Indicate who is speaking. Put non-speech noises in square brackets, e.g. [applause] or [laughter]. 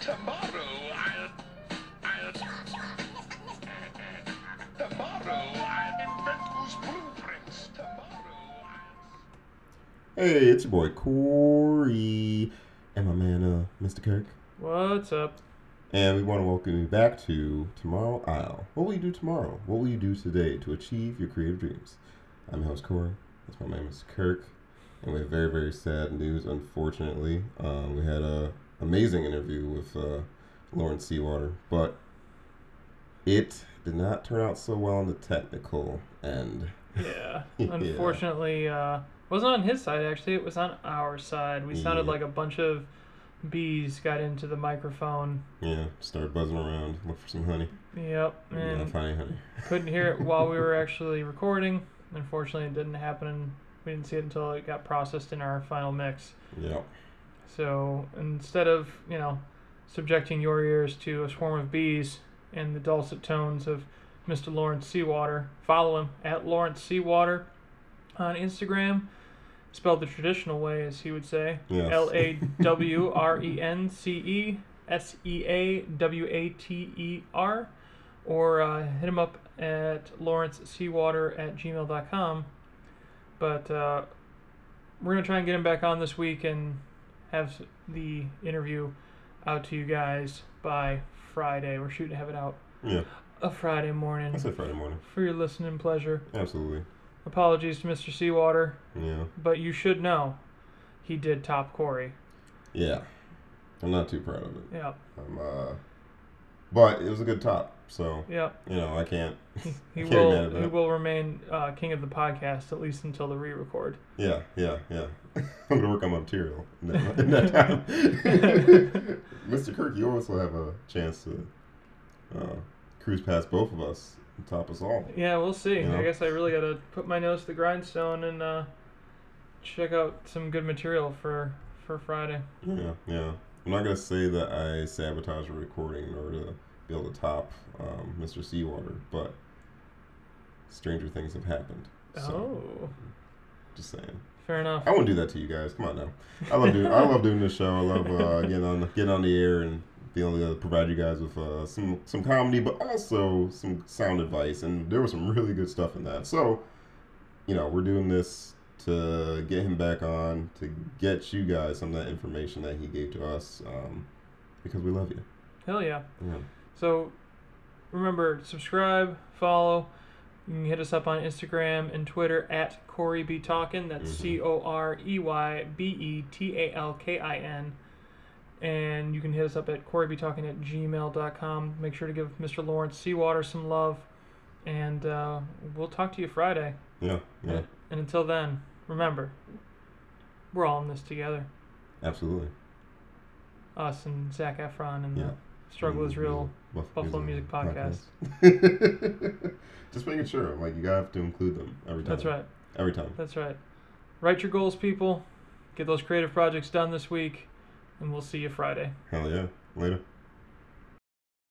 Speaker 1: Tomorrow I'll. I'll. [laughs] Tomorrow I'll invent those blueprints. Tomorrow I'll.
Speaker 2: Hey, it's your boy Corey and my man, uh, Mr. Kirk.
Speaker 3: What's up?
Speaker 2: And we want to welcome you back to Tomorrow Isle. What will you do tomorrow? What will you do today to achieve your creative dreams? I'm your host Corey. That's my man, Mr. Kirk. And we have very, very sad news, unfortunately. Um, we had a amazing interview with uh, Lauren Seawater, but it did not turn out so well on the technical end.
Speaker 3: Yeah.
Speaker 2: [laughs] Yeah.
Speaker 3: Unfortunately, uh, wasn't on his side actually. It was on our side. We sounded
Speaker 2: Yeah.
Speaker 3: like a bunch of bees got into the microphone.
Speaker 2: Yeah, started buzzing around, look for some honey.
Speaker 3: Yep.
Speaker 2: You're not [laughs]
Speaker 3: And
Speaker 2: finding honey.
Speaker 3: couldn't hear it while we were actually recording. Unfortunately, it didn't happen. and We didn't see it until it got processed in our final mix.
Speaker 2: Yep.
Speaker 3: So instead of you know subjecting your ears to a swarm of bees and the dulcet tones of Mr. Lawrence Seawater, follow him at Lawrence Seawater on Instagram. Spelled the traditional way, as he would say.
Speaker 2: Yes.
Speaker 3: L A W R E N C E S E A W A T E R. Or uh, hit him up at lawrenceseawater at gmail.com. But uh, we're going to try and get him back on this week and have the interview out to you guys by Friday. We're shooting to have it out
Speaker 2: Yeah,
Speaker 3: a Friday morning
Speaker 2: I said Friday morning.
Speaker 3: for your listening pleasure.
Speaker 2: Absolutely.
Speaker 3: Apologies to Mr. Seawater,
Speaker 2: Yeah.
Speaker 3: but you should know he did top Corey.
Speaker 2: Yeah. I'm not too proud of it.
Speaker 3: Yep,
Speaker 2: I'm, uh, but it was a good top, so
Speaker 3: yep.
Speaker 2: you know I can't. [laughs]
Speaker 3: He
Speaker 2: Can't be mad
Speaker 3: will
Speaker 2: at
Speaker 3: he
Speaker 2: that.
Speaker 3: will remain uh, king of the podcast at least until the re-record.
Speaker 2: Yeah, yeah, yeah. [laughs] I'm gonna work on my material in that, in that time. [laughs] Mr. Kirk, you also have a chance to uh, cruise past both of us and top us all.
Speaker 3: Yeah, we'll see.
Speaker 2: Yeah.
Speaker 3: I guess I really gotta put my nose to the grindstone and uh, check out some good material for for Friday.
Speaker 2: Yeah, yeah. I'm not gonna say that I sabotage a recording in order to be able to top um, Mr. Seawater, but stranger things have happened. So
Speaker 3: Oh,
Speaker 2: just saying.
Speaker 3: fair enough.
Speaker 2: I won't do that to you guys. Come on now. I love doing. I love doing this show. I love uh, getting on getting on the air and being able to provide you guys with uh, some some comedy, but also some sound advice. And there was some really good stuff in that. So, you know, we're doing this to get him back on to get you guys some of that information that he gave to us um, because we love you.
Speaker 3: Hell yeah.
Speaker 2: Yeah.
Speaker 3: So remember, subscribe, follow. You can hit us up on Instagram and Twitter at Corey B Talkin. That's
Speaker 2: Mhm.
Speaker 3: C O R E Y B E T A L K I N. And you can hit us up at CoreyBTalkin at gmail.com. Make sure to give Mr. Lawrence Seawater some love. And uh, we'll talk to you Friday.
Speaker 2: Yeah. Yeah.
Speaker 3: And until then, remember, we're all in this together.
Speaker 2: Absolutely.
Speaker 3: Us and Zach Efron and
Speaker 2: Yeah.
Speaker 3: the Struggle is Real
Speaker 2: Buff-
Speaker 3: Buffalo Music Podcast.
Speaker 2: Podcast. [laughs] Just making sure. I'm like, you gotta have to include them every time.
Speaker 3: That's right.
Speaker 2: Every time.
Speaker 3: That's right. Write your goals, people. Get those creative projects done this week, and we'll see you Friday.
Speaker 2: Hell yeah. Later.